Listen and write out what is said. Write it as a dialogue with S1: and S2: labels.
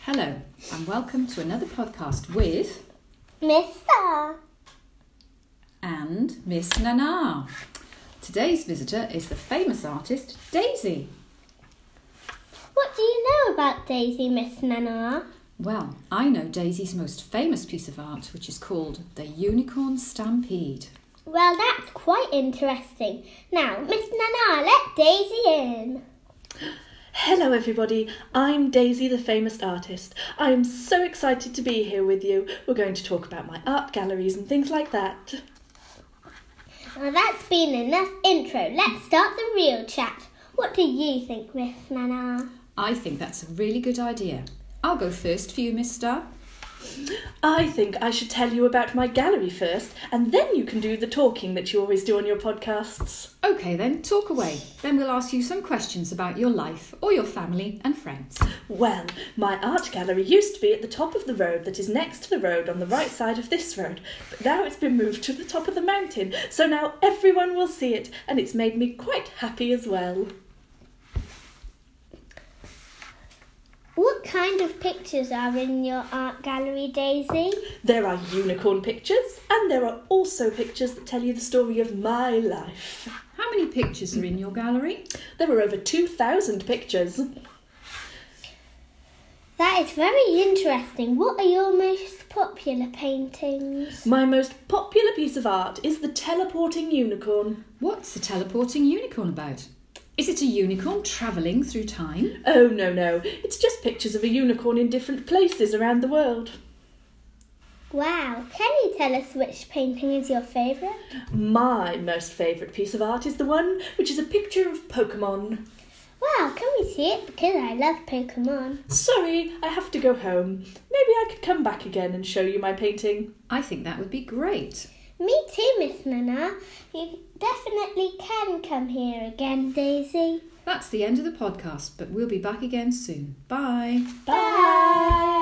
S1: Hello, and welcome to another podcast with
S2: Mister.
S1: and Miss Nana. Today's visitor is the famous artist Daisy.
S2: What do you know about Daisy, Miss Nana?
S1: Well, I know Daisy's most famous piece of art, which is called the Unicorn Stampede.
S2: Well, that's quite interesting. Now, Miss Nana, let Daisy in.
S3: Hello, everybody. I'm Daisy, the famous artist. I am so excited to be here with you. We're going to talk about my art galleries and things like that.
S2: Now, that's been enough intro. Let's start the real chat. What do you think, Miss Nana?
S1: I think that's a really good idea. I'll go first for you, Miss Star.
S3: I think I should tell you about my gallery first, and then you can do the talking that you always do on your podcasts.
S1: Okay, then, talk away. Then we'll ask you some questions about your life or your family and friends.
S3: Well, my art gallery used to be at the top of the road that is next to the road on the right side of this road, but now it's been moved to the top of the mountain, so now everyone will see it, and it's made me quite happy as well.
S2: What kind of pictures are in your art gallery, Daisy?
S3: There are unicorn pictures, and there are also pictures that tell you the story of my life.
S1: How many pictures are in your gallery?
S3: There are over 2,000 pictures.
S2: That is very interesting. What are your most popular paintings?
S3: My most popular piece of art is the teleporting unicorn.
S1: What's the teleporting unicorn about? Is it a unicorn travelling through time?
S3: Oh, no, no, it's just pictures of a unicorn in different places around the world.
S2: Wow, can you tell us which painting is your favourite?
S3: My most favourite piece of art is the one which is a picture of Pokemon.
S2: Wow, can we see it? Because I love Pokemon.
S3: Sorry, I have to go home. Maybe I could come back again and show you my painting.
S1: I think that would be great.
S2: Me too, Miss Nana. You definitely can come here again, Daisy.
S1: That's the end of the podcast, but we'll be back again soon. Bye.
S3: Bye.